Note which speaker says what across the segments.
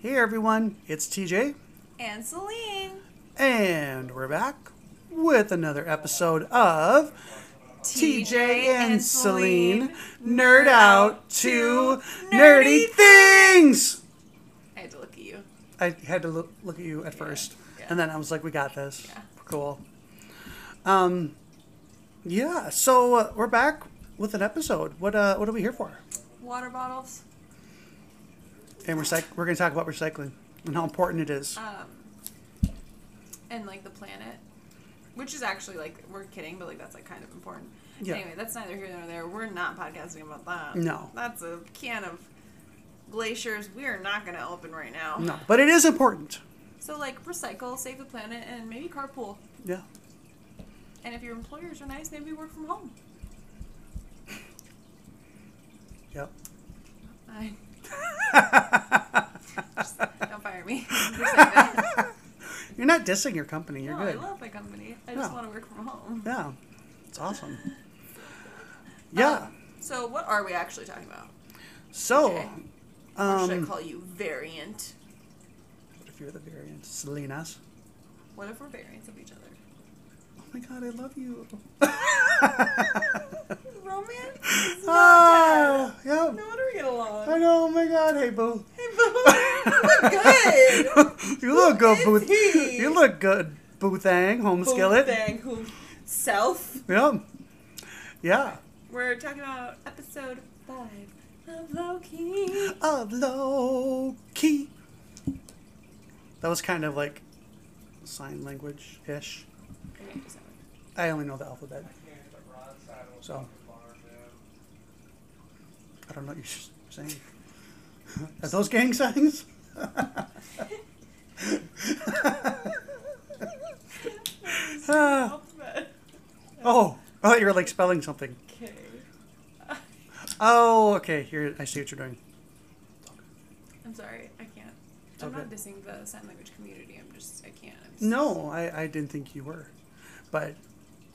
Speaker 1: Hey everyone, it's TJ,
Speaker 2: and Celine.
Speaker 1: and we're back with another episode of TJ and Celine Nerd Out to Nerdy Things.
Speaker 2: I had to look at you.
Speaker 1: I had to look, look at you at first,
Speaker 2: yeah.
Speaker 1: and then I was like, "We got this.
Speaker 2: Yeah.
Speaker 1: Cool." Um, yeah. So uh, we're back with an episode. What uh, what are we here for?
Speaker 2: Water bottles.
Speaker 1: And we're we're going to talk about recycling and how important it is.
Speaker 2: Um, and like the planet, which is actually like we're kidding, but like that's like kind of important.
Speaker 1: Yeah.
Speaker 2: Anyway, that's neither here nor there. We're not podcasting about that.
Speaker 1: No.
Speaker 2: That's a can of glaciers. We are not going to open right now.
Speaker 1: No, but it is important.
Speaker 2: So like recycle, save the planet, and maybe carpool.
Speaker 1: Yeah.
Speaker 2: And if your employers are nice, maybe work from home.
Speaker 1: Yep.
Speaker 2: I Just don't fire me. For saying that.
Speaker 1: You're not dissing your company. You're
Speaker 2: no,
Speaker 1: good.
Speaker 2: I love my company. I just
Speaker 1: Yeah.
Speaker 2: want to work from home.
Speaker 1: yeah. It's awesome. Yeah.
Speaker 2: Um, so what are we actually talking about?
Speaker 1: so,
Speaker 2: okay. Or should I
Speaker 1: um,
Speaker 2: call you variant?
Speaker 1: if you're the variant, Selena's.
Speaker 2: What if we're variants of each other?
Speaker 1: Oh my God, I love you.
Speaker 2: Romance? is not
Speaker 1: ah, yeah.
Speaker 2: dead. No wonder we get along.
Speaker 1: I know. Oh my God. Hey, boo.
Speaker 2: Hey, boo. you
Speaker 1: you look
Speaker 2: look good.
Speaker 1: good,
Speaker 2: is
Speaker 1: Booth.
Speaker 2: he?
Speaker 1: You look good, Boothang, home skillet.
Speaker 2: Boomerang who self.
Speaker 1: Yeah. Yeah.
Speaker 2: We're talking about episode five of Loki.
Speaker 1: Of low key. That was kind of like sign language ish. I only know the alphabet, so I don't know what you're saying. Are those gang signs? Ah. oh, I thought you were like spelling something.
Speaker 2: Okay.
Speaker 1: Oh, okay. Here, I see what you're doing.
Speaker 2: I'm sorry, I can't.
Speaker 1: It's
Speaker 2: I'm not
Speaker 1: okay.
Speaker 2: dissing the sign language community. I'm just, I can't. I'm just,
Speaker 1: No, I, I didn't think you were, but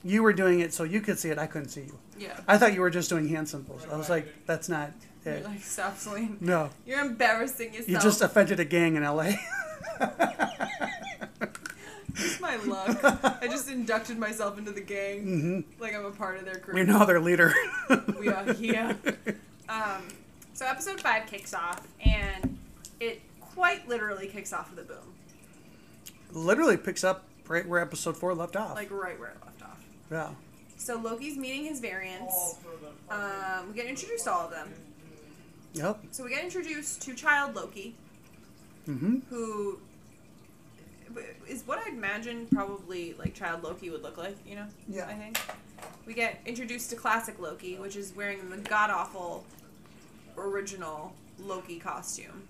Speaker 1: you were doing it so you could see it. I couldn't see you.
Speaker 2: Yeah.
Speaker 1: I thought you were just doing hand symbols. I was like, that's not
Speaker 2: You're
Speaker 1: it.
Speaker 2: like, stop, Celine.
Speaker 1: No,
Speaker 2: You're embarrassing yourself.
Speaker 1: you just offended a gang in L.A.
Speaker 2: It's my luck. I just inducted myself into the gang.
Speaker 1: hmm
Speaker 2: Like I'm a part of their group.
Speaker 1: You're now their leader.
Speaker 2: We are here. Um, so episode five kicks off, and it quite literally kicks off with a boom,
Speaker 1: Literally picks up right where episode four left off.
Speaker 2: like right where it left off.
Speaker 1: yeah.
Speaker 2: So Loki's meeting his variants. Um, we get introduced to all of them.
Speaker 1: Yep.
Speaker 2: So we get introduced to Child Loki,
Speaker 1: hmm
Speaker 2: who is what I'd imagine probably like Child Loki would look like. You know.
Speaker 1: Yeah.
Speaker 2: I think. We get introduced to classic Loki, which is wearing the god awful original Loki costume.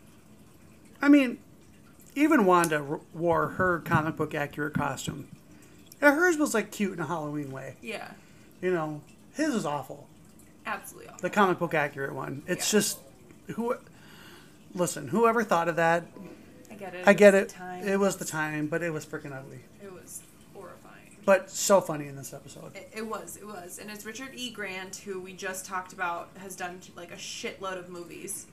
Speaker 1: I mean, even Wanda r- wore her comic book accurate costume. And hers was like cute in a Halloween way.
Speaker 2: Yeah,
Speaker 1: You know, his is awful.
Speaker 2: absolutely. Awful.
Speaker 1: The comic book accurate one. It's
Speaker 2: Yeah.
Speaker 1: just who. Listen, whoever thought of that,
Speaker 2: I get it.
Speaker 1: I get
Speaker 2: was
Speaker 1: it.
Speaker 2: the Time.
Speaker 1: It was the time, but it was freaking ugly.
Speaker 2: It was horrifying.
Speaker 1: But so funny in this episode.
Speaker 2: It, it was. It was. And it's Richard E. Grant, who we just talked about, has done like a shitload of movies.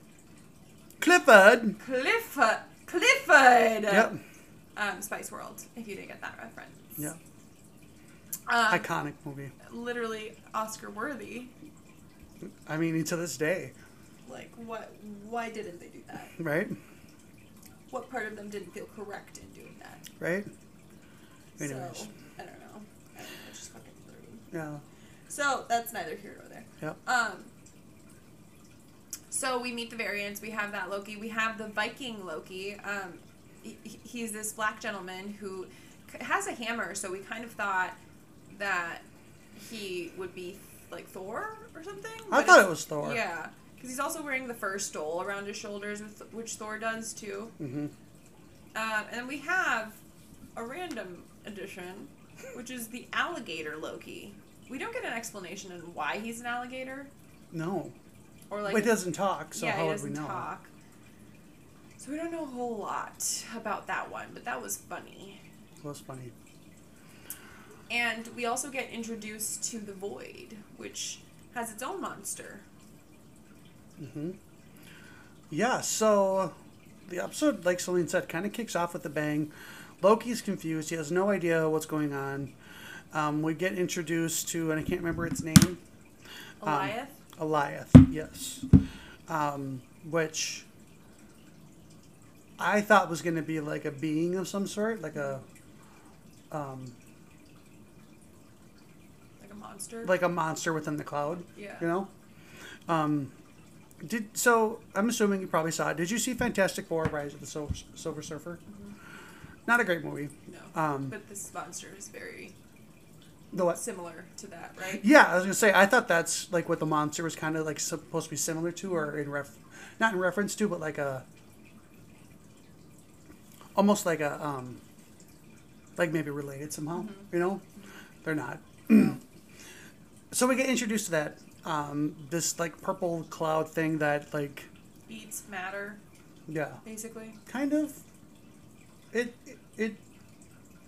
Speaker 1: Clifford.
Speaker 2: Clifford. Clifford.
Speaker 1: Yep.
Speaker 2: Um, Spice World. If you didn't get that reference.
Speaker 1: Yeah.
Speaker 2: Um,
Speaker 1: Iconic movie.
Speaker 2: literally Oscar worthy.
Speaker 1: I mean, to this day,
Speaker 2: Like what? Why didn't they do that?
Speaker 1: right?
Speaker 2: What part of them didn't feel correct in doing that?
Speaker 1: Right? Anyways.
Speaker 2: So I don't know. I don't know. It's just fucking rude.
Speaker 1: Yeah.
Speaker 2: So that's neither here nor there.
Speaker 1: Yep.
Speaker 2: Um. So we meet the variants. We have that Loki. We have the Viking Loki. Um, he, he- he's this black gentleman who c- has a hammer. So we kind of thought that he would be like Thor or something.
Speaker 1: I
Speaker 2: but
Speaker 1: thought
Speaker 2: it's-
Speaker 1: it was Thor.
Speaker 2: Yeah, because he's also wearing the fur stole around his shoulders, with, which Thor does too.
Speaker 1: hmm
Speaker 2: Um, and then we have a random addition, which is the alligator Loki. We don't get an explanation on why he's an alligator,
Speaker 1: No.
Speaker 2: or
Speaker 1: But
Speaker 2: like
Speaker 1: it doesn't talk, so
Speaker 2: yeah,
Speaker 1: how
Speaker 2: he
Speaker 1: would we
Speaker 2: doesn't
Speaker 1: know?
Speaker 2: talk. So we don't know a whole lot about that one, but that was funny.
Speaker 1: It was funny.
Speaker 2: And we also get introduced to the Void, which has its own monster.
Speaker 1: hmm Yeah, so the episode, like Celine said, kind of kicks off with a bang. Loki's confused. He has no idea what's going on. Um, we get introduced to, and I can't remember its name, Um,
Speaker 2: Eliath.
Speaker 1: Eliath, yes. Um, which I thought was going to be like a being of some sort, like a um,
Speaker 2: like a monster.
Speaker 1: like a monster within the cloud.
Speaker 2: Yeah.
Speaker 1: You know. Um, did so? I'm assuming you probably saw it. Did you see Fantastic Four: Rise of the Silver, Silver Surfer? Not a great movie.
Speaker 2: no.
Speaker 1: Um,
Speaker 2: but this monster is very
Speaker 1: the what?
Speaker 2: similar to that, right?
Speaker 1: Yeah, I was gonna say. I thought that's like what the monster was kind of like supposed to be similar to, or in ref, not in reference to, but like a, almost like a, um, like maybe related somehow. You know, they're not. so we get introduced to that, um, this like purple cloud thing that like,
Speaker 2: Eats matter,
Speaker 1: yeah,
Speaker 2: basically.
Speaker 1: kind of. It it, it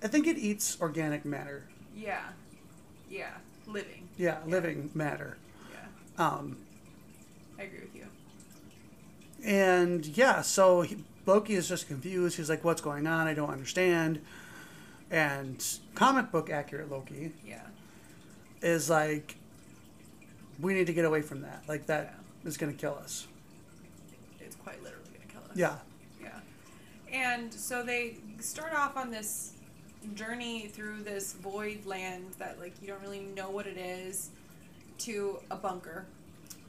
Speaker 1: I think it eats organic matter.
Speaker 2: Yeah. Yeah. Living.
Speaker 1: Yeah, living matter.
Speaker 2: Yeah.
Speaker 1: Um,
Speaker 2: I agree with you.
Speaker 1: And yeah, so he, Loki is just confused. He's like, "What's going on? I don't understand." And comic book accurate Loki
Speaker 2: Yeah.
Speaker 1: is like, "We need to get away from that. Like that
Speaker 2: Yeah.
Speaker 1: is going to kill us."
Speaker 2: It's quite literally gonna kill us.
Speaker 1: Yeah,
Speaker 2: Yeah. And so they start off on this journey through this void land that like you don't really know what it is to a bunker.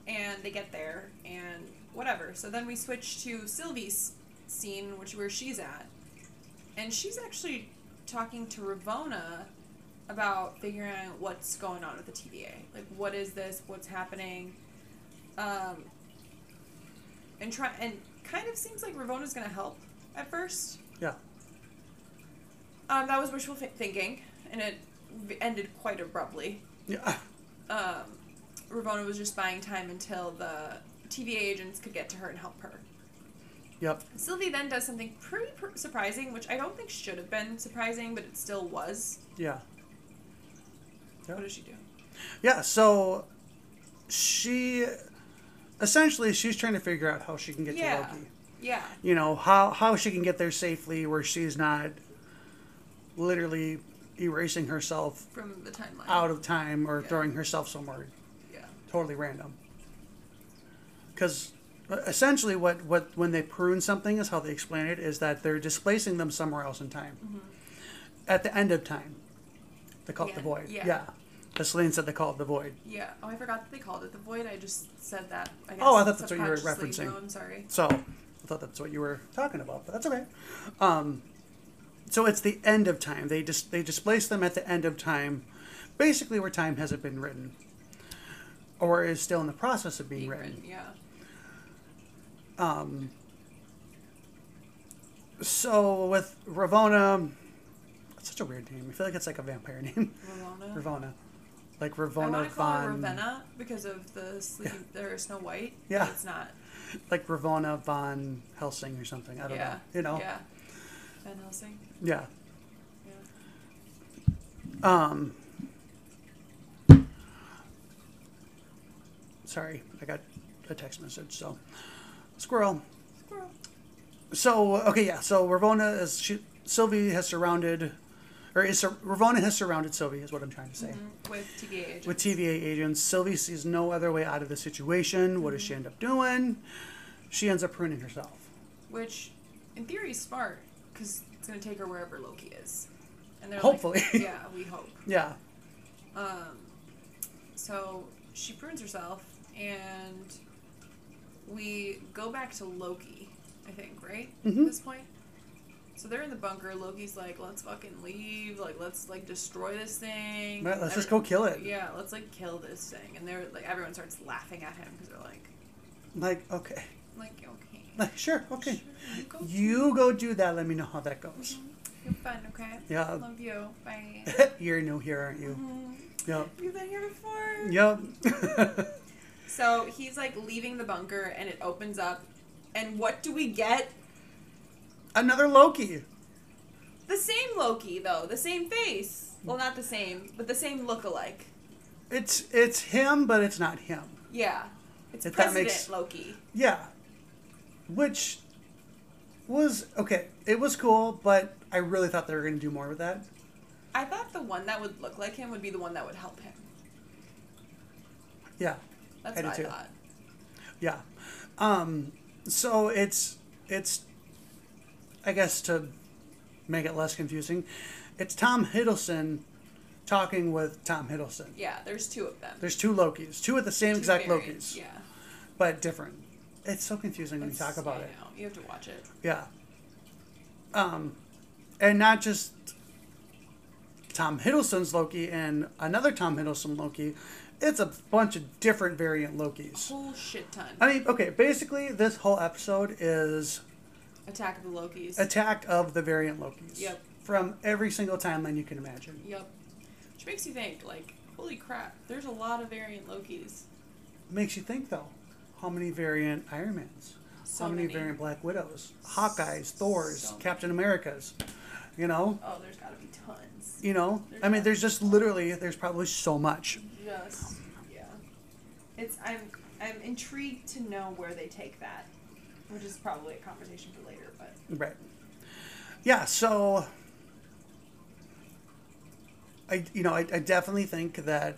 Speaker 2: And they get there and whatever. So then we switch to Sylvie's scene, which where she's at. And she's actually talking to Ravona about figuring out what's going on with the TVA. Like what is this? What's happening? Um, and try and kind of seems like Ravona's gonna help at first.
Speaker 1: yeah,
Speaker 2: Um, that was wishful thi- thinking, and it v- ended quite abruptly.
Speaker 1: yeah.
Speaker 2: Um, Ravona was just buying time until the TVA agents could get to her and help her.
Speaker 1: Yep.
Speaker 2: Sylvie then does something pretty pr- surprising, which I don't think should have been surprising, but it still was.
Speaker 1: Yeah.
Speaker 2: What does she do?
Speaker 1: Yeah. So she essentially she's trying to figure out how she can get
Speaker 2: yeah,
Speaker 1: to Loki.
Speaker 2: yeah,
Speaker 1: You know how how she can get there safely where she's not literally erasing herself
Speaker 2: from the timeline.
Speaker 1: out of time or
Speaker 2: Yeah.
Speaker 1: throwing herself somewhere
Speaker 2: Yeah,
Speaker 1: totally random. Because essentially, what, what when they prune something is how they explain it is that they're displacing them somewhere else in time.
Speaker 2: Mm-hmm.
Speaker 1: At the end of time, they call it the
Speaker 2: Yeah,
Speaker 1: void.
Speaker 2: yeah.
Speaker 1: As Celine said, they call it the void.
Speaker 2: yeah. Oh, I forgot that they called it the void. I just said that. I guess
Speaker 1: Oh, I thought that's what you were
Speaker 2: subconsciously.
Speaker 1: referencing.
Speaker 2: No, I'm sorry.
Speaker 1: So I thought that's what you were talking about, but that's okay. Um, so it's the end of time. They dis- they displace them at the end of time, basically where time hasn't been written, or is still in the process of being written.
Speaker 2: Ingrid, Yeah.
Speaker 1: Um, so with Ravona, it's such a weird name. I feel like it's like a vampire name.
Speaker 2: Ramona.
Speaker 1: Ravona, like
Speaker 2: I
Speaker 1: Ravona
Speaker 2: want to call her
Speaker 1: von,
Speaker 2: Ravenna because of the sleep or Snow White. but
Speaker 1: Yeah.
Speaker 2: It's not.
Speaker 1: like Ravona von Helsing or something. I don't
Speaker 2: yeah.
Speaker 1: know. You know?
Speaker 2: Yeah. Van Helsing.
Speaker 1: Yeah.
Speaker 2: Yeah.
Speaker 1: Um. Sorry, I got a text message. So, squirrel.
Speaker 2: Squirrel.
Speaker 1: So okay, yeah. So Ravona is she, Sylvie has surrounded, or is sur- Ravona has surrounded Sylvie is what I'm trying to say.
Speaker 2: Mhm. With TVA agent.
Speaker 1: With TVA agents, Sylvie sees no other way out of the situation. What does she end up doing? She ends up pruning herself.
Speaker 2: which, in theory, is smart because it's going to take her wherever Loki is. And they're
Speaker 1: Hopefully.
Speaker 2: Like, yeah, we hope.
Speaker 1: Yeah,
Speaker 2: Um, so she prunes herself, and we go back to Loki, I think, right?
Speaker 1: Mhm.
Speaker 2: At this point. So they're in the bunker. Loki's like, let's fucking leave. Like, let's like destroy this thing.
Speaker 1: Right, let's just go kill it.
Speaker 2: Yeah, let's like kill this thing. And they're like, everyone starts laughing at him because they're like,
Speaker 1: like okay,
Speaker 2: like okay,
Speaker 1: like sure, okay.
Speaker 2: sure, you go,
Speaker 1: You go do that. Let me know how that goes.
Speaker 2: you're fun, okay?
Speaker 1: Yeah.
Speaker 2: love you. Bye.
Speaker 1: You're new here, aren't Uh, you?
Speaker 2: Mhm.
Speaker 1: Yep.
Speaker 2: You've been here before.
Speaker 1: Yep.
Speaker 2: So he's like leaving the bunker and it opens up. And what do we get?
Speaker 1: Another Loki.
Speaker 2: The same Loki, though. The same face. Well, not the same, but the same look-alike.
Speaker 1: It's it's him, but it's not him.
Speaker 2: Yeah. It's
Speaker 1: If that
Speaker 2: President
Speaker 1: makes-
Speaker 2: Loki.
Speaker 1: Yeah. Which was okay. It was cool, but I really thought they were going to do more with that.
Speaker 2: I thought the one that would look like him would be the one that would help him.
Speaker 1: Yeah,
Speaker 2: That's
Speaker 1: I
Speaker 2: what
Speaker 1: did
Speaker 2: I
Speaker 1: too.
Speaker 2: thought.
Speaker 1: yeah. Um, so it's it's, I guess to make it less confusing, it's Tom Hiddleston talking with Tom Hiddleston.
Speaker 2: Yeah, there's two of them.
Speaker 1: There's two Lokis, two of the same
Speaker 2: Two
Speaker 1: exact
Speaker 2: variants,
Speaker 1: Lokis,
Speaker 2: Yeah.
Speaker 1: but different. It's so confusing when you talk
Speaker 2: It's-
Speaker 1: about
Speaker 2: I
Speaker 1: it.
Speaker 2: know. You have to watch it.
Speaker 1: Yeah. Um, and not just Tom Hiddleston's Loki and another Tom Hiddleston Loki. It's a bunch of different variant Lokis.
Speaker 2: Whole shit ton.
Speaker 1: I mean, okay, basically this whole episode is
Speaker 2: Attack of the Lokis.
Speaker 1: attack of the variant Lokis.
Speaker 2: Yep.
Speaker 1: From every single timeline you can imagine.
Speaker 2: yep. Which makes you think, like, holy crap, there's a lot of variant Lokis.
Speaker 1: Makes you think though, how many variant Iron Mans?
Speaker 2: So
Speaker 1: how many,
Speaker 2: many.
Speaker 1: variant Black Widows? Hawkeyes, Thors,
Speaker 2: So many.
Speaker 1: Captain Americas. You know?
Speaker 2: Oh, there's gotta be tons.
Speaker 1: You know? I mean, there's just literally there's probably so much.
Speaker 2: Just yeah.
Speaker 3: It's I'm I'm intrigued to know where they take that, which is probably a conversation for later. But
Speaker 1: Right. Yeah, so I you know, I, I definitely think that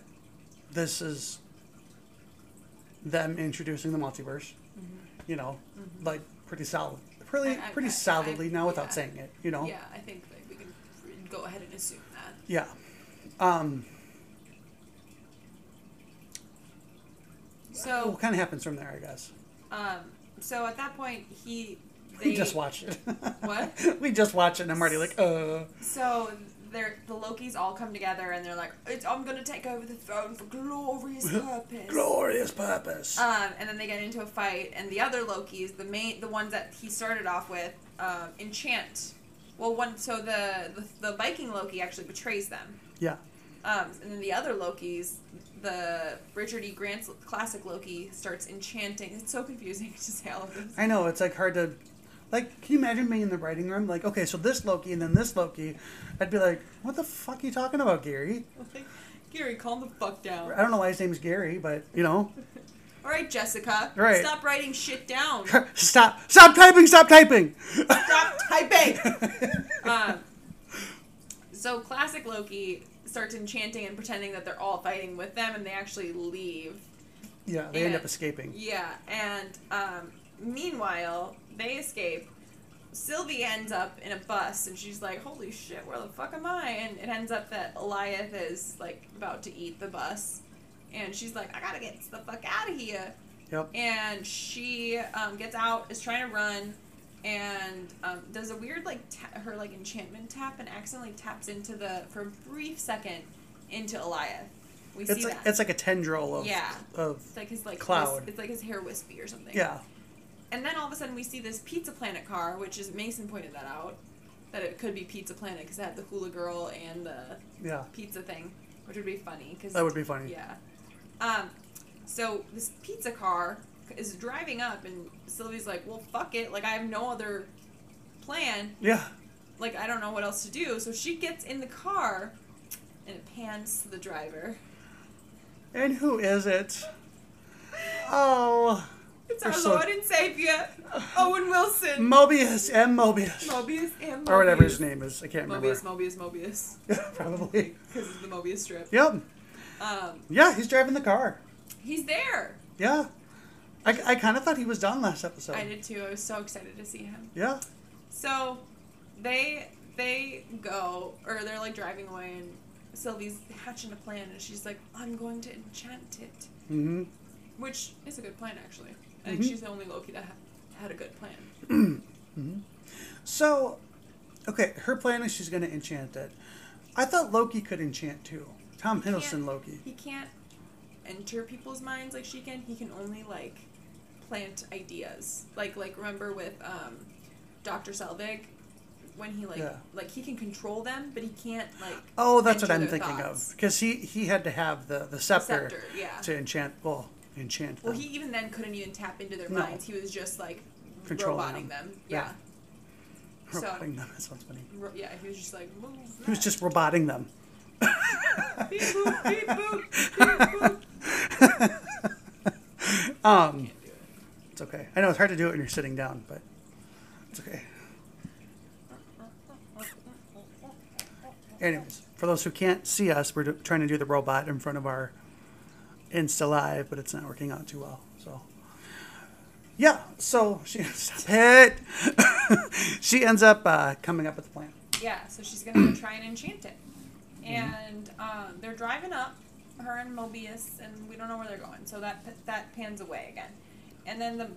Speaker 1: this is them introducing the multiverse. You know, like pretty solid pretty
Speaker 2: Mm-hmm. I- I-
Speaker 1: pretty
Speaker 2: I-
Speaker 1: solidly
Speaker 2: I-
Speaker 1: now without
Speaker 2: yeah.
Speaker 1: saying it, you know.
Speaker 2: Yeah, I think that we can go ahead and assume that.
Speaker 1: Yeah. Um
Speaker 2: So Oh.
Speaker 1: what kind of happens from there, I guess.
Speaker 2: um so at that point he they
Speaker 1: we just watched it.
Speaker 2: What?
Speaker 1: we just watched it and I'm already like, uh
Speaker 2: So they're the Lokis all come together and they're like, it's, I'm gonna take over the throne for glorious purpose.
Speaker 1: glorious purpose.
Speaker 2: Um, and then they get into a fight, and the other Lokis, the main, the ones that he started off with, um, enchant. Well, one so the, the the Viking Loki actually betrays them,
Speaker 1: yeah.
Speaker 2: um, and then the other Lokis, the Richard E. Grant's classic Loki starts enchanting. It's so confusing to say all of this.
Speaker 1: I know it's like hard to, like, can you imagine being in the writing room? Like, okay, so this Loki and then this Loki, I'd be like, what the fuck are you talking about, Gary?
Speaker 2: Like, Gary, calm the fuck down.
Speaker 1: I don't know why his name's Gary, but you know,
Speaker 2: All right, Jessica,
Speaker 1: Right.
Speaker 2: stop writing shit down.
Speaker 1: stop, stop typing, stop typing.
Speaker 2: Stop typing. um, so classic Loki starts enchanting and pretending that they're all fighting with them, and they actually leave.
Speaker 1: yeah, they end
Speaker 2: Yeah.
Speaker 1: up escaping.
Speaker 2: Yeah, and um, meanwhile they escape. Sylvie ends up in a bus, and she's like, "Holy shit, where the fuck am I?" And it ends up that Eliath is like about to eat the bus, and she's like, "I gotta get the fuck out of here."
Speaker 1: Yep.
Speaker 2: and she um, gets out, is trying to run, and um, does a weird like ta- her like enchantment tap and accidentally taps into the for a brief second into Eliath. We
Speaker 1: It's
Speaker 2: see
Speaker 1: like
Speaker 2: that.
Speaker 1: it's like a tendril of
Speaker 2: Yeah.
Speaker 1: of
Speaker 2: It's like his like
Speaker 1: cloud.
Speaker 2: wisp- it's like his hair wispy or something.
Speaker 1: yeah
Speaker 2: And then all of a sudden we see this Pizza Planet car, which is Mason pointed that out, that it could be Pizza Planet because it had the hula girl and the
Speaker 1: yeah.
Speaker 2: pizza thing, which would be funny because
Speaker 1: That would be funny.
Speaker 2: yeah. Um, so this pizza car is driving up, and Sylvie's like, "Well, fuck it! Like I have no other plan.
Speaker 1: Yeah.
Speaker 2: Like I don't know what else to do." So she gets in the car, and it pans to the driver.
Speaker 1: And who is it? Oh,
Speaker 2: It's
Speaker 1: We're
Speaker 2: our
Speaker 1: so-
Speaker 2: Lord and Savior, Owen Wilson.
Speaker 1: Mobius M. Mobius.
Speaker 2: Mobius and Mobius.
Speaker 1: or whatever his name is. I can't
Speaker 2: Mobius,
Speaker 1: remember.
Speaker 2: Mobius, Mobius.
Speaker 1: Probably.
Speaker 2: Because it's the Mobius strip.
Speaker 1: Yep.
Speaker 2: Um,
Speaker 1: Yeah, he's driving the car.
Speaker 2: he's there.
Speaker 1: Yeah. I, I kind of thought he was done last episode.
Speaker 2: I did too. I was so excited to see him.
Speaker 1: Yeah.
Speaker 2: So they they go or they're like driving away and Sylvie's hatching a plan and she's like, I'm going to enchant it.
Speaker 1: hmm
Speaker 2: Which is a good plan actually. I think
Speaker 1: Mhm.
Speaker 2: she's the only Loki that ha- had a good plan.
Speaker 1: Mm-hmm. So, okay, her plan is she's going to enchant it. I thought Loki could enchant too. Tom Hiddleston
Speaker 2: Can't-
Speaker 1: Loki.
Speaker 2: He can't enter people's minds like she can. He can only like plant ideas. Like like remember with um Dr. Selvig when he like
Speaker 1: Yeah.
Speaker 2: like he can control them, but he can't like
Speaker 1: Oh, that's what
Speaker 2: enter
Speaker 1: I'm
Speaker 2: their
Speaker 1: thinking
Speaker 2: thoughts.
Speaker 1: of. Because he, he had to have the, the scepter,
Speaker 2: Scepter, yeah.
Speaker 1: to enchant, well, enchant
Speaker 2: Well,
Speaker 1: them.
Speaker 2: he even then couldn't even tap into their
Speaker 1: No.
Speaker 2: minds. He was just like
Speaker 1: Controlling
Speaker 2: roboting them.
Speaker 1: them.
Speaker 2: Yeah. so-
Speaker 1: roboting them. That sounds funny.
Speaker 2: Ro- yeah, he was just like, move.
Speaker 1: He was
Speaker 2: left."
Speaker 1: just roboting them.
Speaker 2: beep boop, beep boop, beep boop.
Speaker 1: um, it's okay. I know it's hard to do it when you're sitting down, but it's okay. Anyways, for those who can't see us, we're do- trying to do the robot in front of our Insta Live, but it's not working out too well. So, yeah, so she stop it. she ends up uh, coming up with a plan.
Speaker 2: Yeah, so she's gonna go try and enchant it. And um, they're driving up, her and Mobius, and we don't know where they're going. So that that pans away again. And then the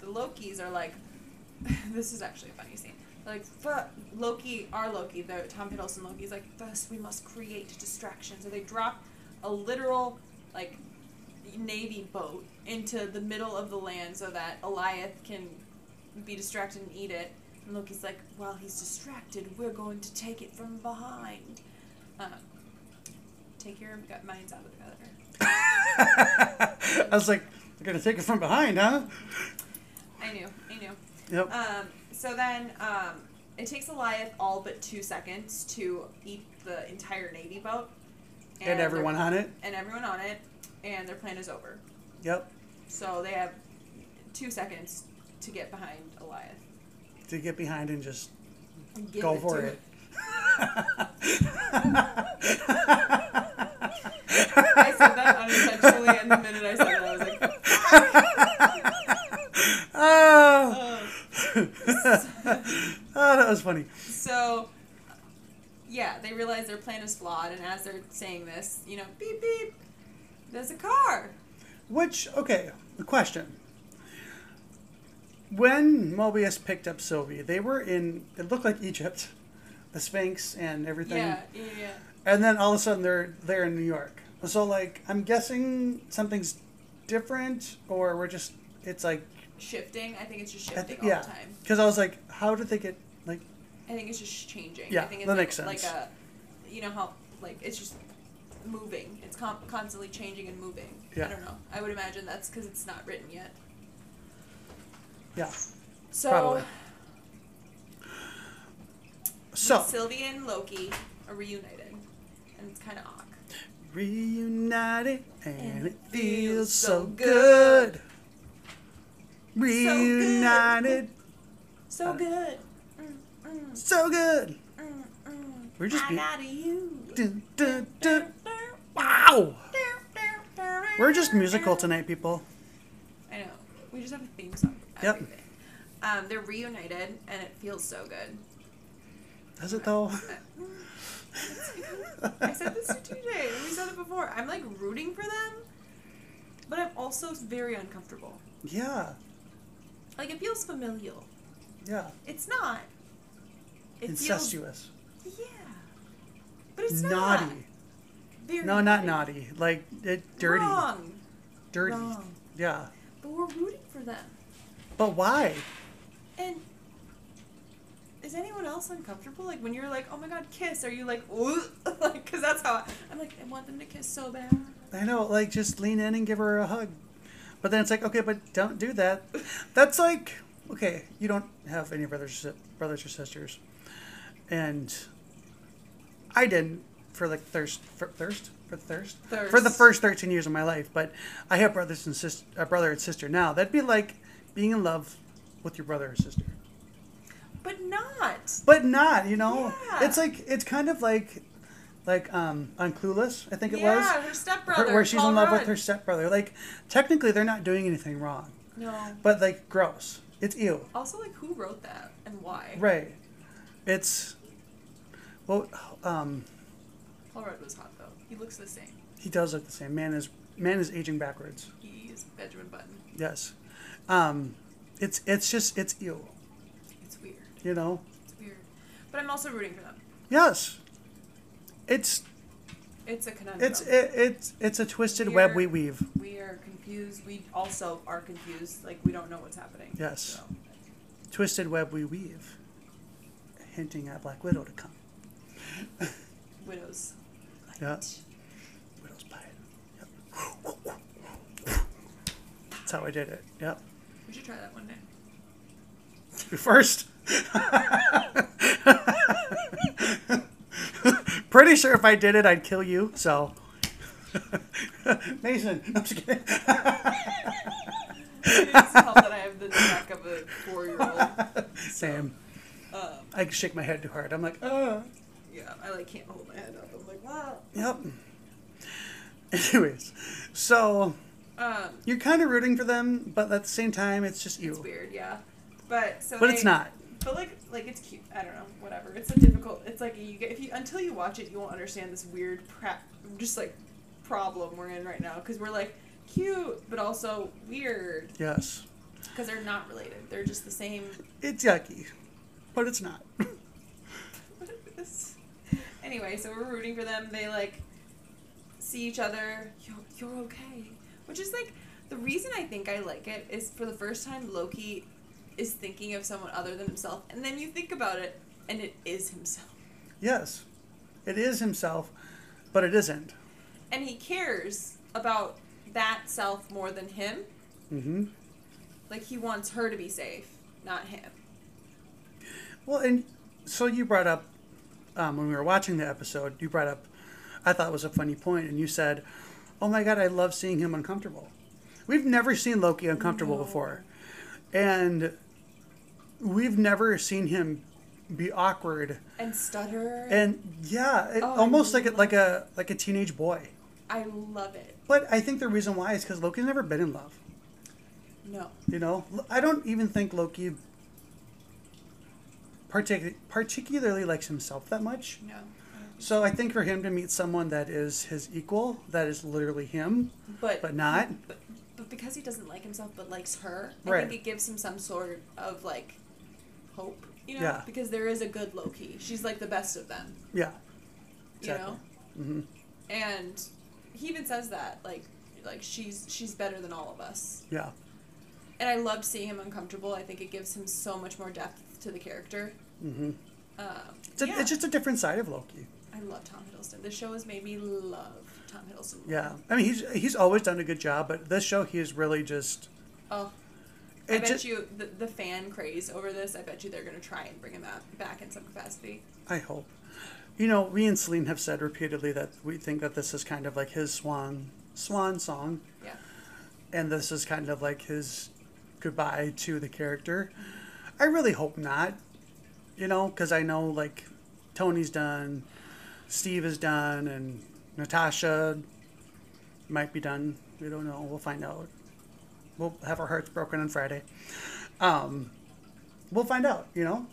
Speaker 2: the Lokis are like, this is actually a funny scene. They're like, but Loki, our Loki, the Tom Hiddleston Loki's like, thus we must create distraction. So they drop a literal like navy boat into the middle of the land so that Eliath can be distracted and eat it. And Loki's like, while he's distracted, we're going to take it from behind. Um, take your gut minds out of the other.
Speaker 1: I was like, they're gonna take it from behind, huh?
Speaker 2: I knew, I knew.
Speaker 1: Yep.
Speaker 2: Um, so then um, it takes Eliath all but two seconds to eat the entire navy boat.
Speaker 1: and everyone on it.
Speaker 2: And everyone on it. And their plan is over.
Speaker 1: Yep.
Speaker 2: So they have two seconds to get behind Eliath.
Speaker 1: To get behind and just
Speaker 2: and give
Speaker 1: go for
Speaker 2: to
Speaker 1: it.
Speaker 2: I said that unintentionally, and the minute I said that, I was like,
Speaker 1: Oh.
Speaker 2: oh.
Speaker 1: oh, that was funny.
Speaker 2: So, yeah, they realize their plan is flawed, and as they're saying this, you know, beep beep, there's a car.
Speaker 1: Which, okay, the question. When Mobius picked up Sylvie, they were in, it looked like Egypt, the Sphinx and everything.
Speaker 2: Yeah, yeah, yeah.
Speaker 1: And then all of a sudden they're they're in New York. So like I'm guessing something's different or we're just it's like
Speaker 2: Shifting. I think it's just
Speaker 1: I
Speaker 2: shifting
Speaker 1: think
Speaker 2: all
Speaker 1: yeah.
Speaker 2: the time.
Speaker 1: Cuz I was like how did they get like
Speaker 2: I think it's just changing.
Speaker 1: Yeah,
Speaker 2: I think it's
Speaker 1: that
Speaker 2: like,
Speaker 1: makes
Speaker 2: like
Speaker 1: sense.
Speaker 2: a, you know how like it's just moving. It's com- constantly changing and moving.
Speaker 1: Yeah.
Speaker 2: I don't know. I would imagine that's because it's not written yet.
Speaker 1: yeah.
Speaker 2: So
Speaker 1: Probably. So
Speaker 2: Sylvie and Loki are reunited, and it's kind of awk.
Speaker 1: reunited and it feels
Speaker 2: feels
Speaker 1: so
Speaker 2: so
Speaker 1: good.
Speaker 2: good.
Speaker 1: Reunited
Speaker 2: So
Speaker 1: I
Speaker 2: good. Mm, mm,
Speaker 1: so good.
Speaker 2: mm, mm.
Speaker 1: We're just
Speaker 2: I
Speaker 1: be-
Speaker 2: got you.
Speaker 1: Dun, dun, dun. Wow. We're just musical tonight, people.
Speaker 2: I know. We just have a theme song. For
Speaker 1: Yep.
Speaker 2: everything. Um, they're reunited, and it feels so good. Uh,
Speaker 1: Does it though?
Speaker 2: I said this to TJ, and we said it before. I'm like rooting for them, but I'm also very uncomfortable.
Speaker 1: Yeah.
Speaker 2: Like it feels familial.
Speaker 1: Yeah.
Speaker 2: It's not. It
Speaker 1: Incestuous.
Speaker 2: Feels, yeah. But it's
Speaker 1: naughty.
Speaker 2: not. Very
Speaker 1: No, not naughty. Like it, dirty.
Speaker 2: Wrong.
Speaker 1: Dirty.
Speaker 2: Wrong.
Speaker 1: Yeah.
Speaker 2: But we're rooting for them.
Speaker 1: But why?
Speaker 2: And is anyone else uncomfortable? Like when you're like, oh my god, kiss. Are you like, ooh, like, cause that's how I, I'm like, I want them to kiss so bad.
Speaker 1: I know, like just lean in and give her a hug. But then it's like, okay, but don't do that. That's like, okay, you don't have any brothers or si- brothers or sisters. And I didn't for like thirst for thirst for thirst? for the
Speaker 2: Thirst.
Speaker 1: first 13 years of my life, but I have brothers and sis a brother and sister now. That'd be like being in love with your brother or sister.
Speaker 2: But not.
Speaker 1: but not you know
Speaker 2: Yeah.
Speaker 1: it's like it's kind of like like um on clueless i think it
Speaker 2: yeah,
Speaker 1: was
Speaker 2: her
Speaker 1: Her-
Speaker 2: stepbrother.
Speaker 1: where she's
Speaker 2: Paul
Speaker 1: in love with
Speaker 2: Rudd.
Speaker 1: her stepbrother like technically they're not doing anything wrong
Speaker 2: No.
Speaker 1: but like gross it's ew
Speaker 2: Also, like, who wrote that and why?
Speaker 1: right it's well um
Speaker 2: Paul Rudd was hot though. He looks the same.
Speaker 1: he does look the same man is man is aging backwards
Speaker 2: He's Benjamin Button.
Speaker 1: yes um it's it's just it's ew
Speaker 2: It's weird.
Speaker 1: you know
Speaker 2: It's weird. But I'm also rooting for them.
Speaker 1: yes it's
Speaker 2: It's a conundrum.
Speaker 1: it's it, it's it's a twisted web
Speaker 2: Weird.
Speaker 1: we weave
Speaker 2: we are confused. We also are confused. Like we don't know what's happening.
Speaker 1: Yes.
Speaker 2: So.
Speaker 1: Twisted Web We Weave, hinting at Black Widow to come.
Speaker 2: Widows. Light.
Speaker 1: Yeah. Widow's pie. Yep. That's how I did it. Yep.
Speaker 2: We should try that one day.
Speaker 1: You first. Pretty sure if I did it, I'd kill you. So, Mason, I'm just kidding.
Speaker 2: It doesn't help that I have the neck of a four-year-old.
Speaker 1: Sam,
Speaker 2: Um,
Speaker 1: I shake my head too hard. I'm like, uh,
Speaker 2: Yeah, I like can't hold my head up. I'm like, wow.
Speaker 1: Yep. Anyways, so
Speaker 2: Um,
Speaker 1: you're kind of rooting for them, but at the same time, it's just you.
Speaker 2: it's weird, yeah.
Speaker 3: But so.
Speaker 1: But it's
Speaker 3: they-
Speaker 1: not.
Speaker 3: But like, like it's cute. I don't know. Whatever. It's a difficult. It's like you get if you until you watch it, you won't understand this weird prep, just like problem we're in right now because we're like cute but also weird
Speaker 1: Yes.
Speaker 3: because they're not related. They're just the same.
Speaker 1: It's yucky, but it's not.
Speaker 3: What is this? Anyway, so we're rooting for them. They like see each other. You're, you're okay.
Speaker 2: Which is like the reason I think I like it is for the first time Loki is thinking of someone other than himself, and then you think about it, and it is himself,
Speaker 1: yes. It is himself, but it isn't.
Speaker 2: and he cares about that self more than him. Mm-hmm.
Speaker 1: hmm.
Speaker 2: Like he wants her to be safe, not him.
Speaker 1: Well, and so you brought up um, when we were watching the episode, you brought up I thought was a funny point, and you said, "Oh my god, I love seeing him uncomfortable." We've never seen Loki uncomfortable before, and we've never seen him be awkward.
Speaker 2: And stutter.
Speaker 1: And yeah, it,
Speaker 2: Oh, I
Speaker 1: almost like a,
Speaker 2: love-
Speaker 1: like a like a teenage boy.
Speaker 2: I love it.
Speaker 1: But I think the reason why is because Loki's never been in love.
Speaker 2: No.
Speaker 1: You know, L- I don't even think Loki partic- particularly likes himself that much.
Speaker 2: No.
Speaker 1: So I think for him to meet someone that is his equal, that is literally him,
Speaker 2: But
Speaker 1: but not.
Speaker 2: but, but because he doesn't like himself but likes her, I
Speaker 1: Right.
Speaker 2: think it gives him some sort of like hope, you know?
Speaker 1: Yeah.
Speaker 2: Because there is a good Loki. She's like the best of them,
Speaker 1: Yeah.
Speaker 2: you know?
Speaker 1: hmm
Speaker 2: And he even says that like like she's she's better than all of us.
Speaker 1: Yeah.
Speaker 2: And I loved seeing him uncomfortable. I think it gives him so much more depth to the character.
Speaker 1: hmm
Speaker 2: Um,
Speaker 1: It's, a,
Speaker 2: yeah.
Speaker 1: it's just a different side of Loki.
Speaker 2: I love Tom Hiddleston. This show has made me love Tom Hiddleston. more.
Speaker 1: Yeah. I mean, he's he's always done a good job, but this show he is really just.
Speaker 2: Oh, I
Speaker 1: It
Speaker 2: bet
Speaker 1: just,
Speaker 2: you the, the fan craze over this. I bet you they're gonna try and bring him out, back in some capacity.
Speaker 1: I hope. You know, we and Celine have said repeatedly that we think that this is kind of like his swan swan song,
Speaker 2: Yeah,
Speaker 1: and this is kind of like his goodbye to the character. I really hope not, you know, because I know like Tony's done, Steve is done, and Natasha might be done. We don't know. We'll find out. We'll have our hearts broken on Friday. Um, we'll find out, you know.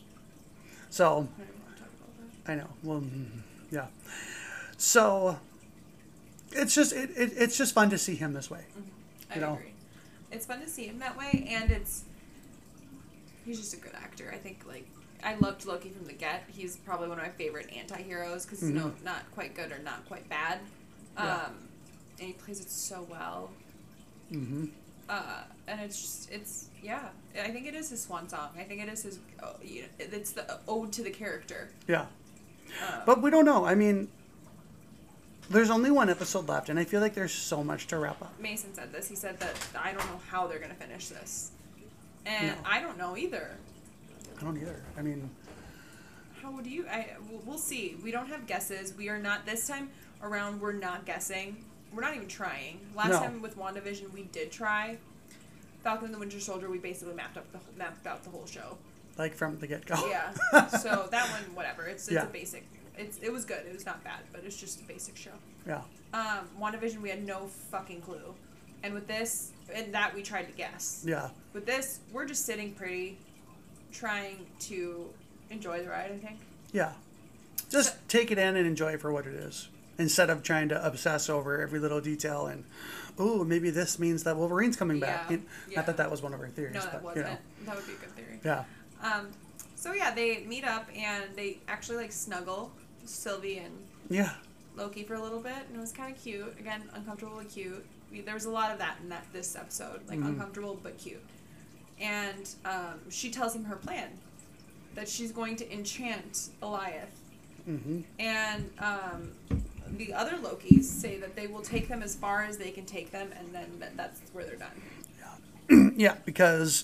Speaker 1: So
Speaker 2: I don't even want to talk about that.
Speaker 1: I know. Well, mm, yeah. So it's just it, it, it's just fun to see him this way.
Speaker 2: I
Speaker 1: You know.
Speaker 2: agree. It's fun to see him that way, and it's he's just a good actor. I think like I loved Loki from the get. He's probably one of my favorite anti-heroes because he's no, not quite good or not quite bad, um,
Speaker 1: Mm-hmm. Yeah.
Speaker 2: and he plays it so well.
Speaker 1: hmm
Speaker 2: Uh, and it's just it's yeah. I think it is his swan song. I think it is his oh, you know, it's the ode to the character.
Speaker 1: Yeah.
Speaker 2: Um,
Speaker 1: But we don't know. I mean, there's only one episode left, and I feel like there's so much to wrap up.
Speaker 2: Mason said this. He said that I don't know how they're gonna finish this, and
Speaker 1: No.
Speaker 2: I don't know either.
Speaker 1: I don't either. I mean,
Speaker 2: How do you? I we'll, we'll see. We don't have guesses. We are not this time around. We're not guessing. We're not even trying. Last
Speaker 1: No.
Speaker 2: time with WandaVision, we did try. Falcon and the Winter Soldier, we basically mapped up the whole- mapped out the whole show.
Speaker 1: like from the get go.
Speaker 2: Yeah. so that one, whatever. It's it's
Speaker 1: Oh. Yeah.
Speaker 2: a basic. It's it was good. It was not bad, but it's just a basic show.
Speaker 1: Yeah.
Speaker 2: Um, WandaVision, we had no fucking clue, and with this and that, we tried to guess.
Speaker 1: Yeah.
Speaker 2: With this, we're just sitting pretty, trying to enjoy the ride. I think.
Speaker 1: Yeah. Just take it in and enjoy it for what it is instead of trying to obsess over every little detail and, oh, maybe this means that Wolverine's coming back.
Speaker 2: Yeah,
Speaker 1: Not
Speaker 2: yeah.
Speaker 1: that that was one of our theories,
Speaker 2: No, that
Speaker 1: but,
Speaker 2: wasn't.
Speaker 1: you know.
Speaker 2: That would be a good theory.
Speaker 1: Yeah.
Speaker 2: Um, so yeah, they meet up and they actually like snuggle Sylvie and
Speaker 1: Yeah.
Speaker 2: Loki for a little bit, and it was kind of cute. Again, uncomfortable but cute. We, there was a lot of that in that this episode, like
Speaker 1: Mhm.
Speaker 2: uncomfortable but cute. And um, she tells him her plan that she's going to enchant Eliath,
Speaker 1: hmm
Speaker 2: and um, the other Lokis say that they will take them as far as they can take them, and then that, that's where they're done.
Speaker 1: Yeah, because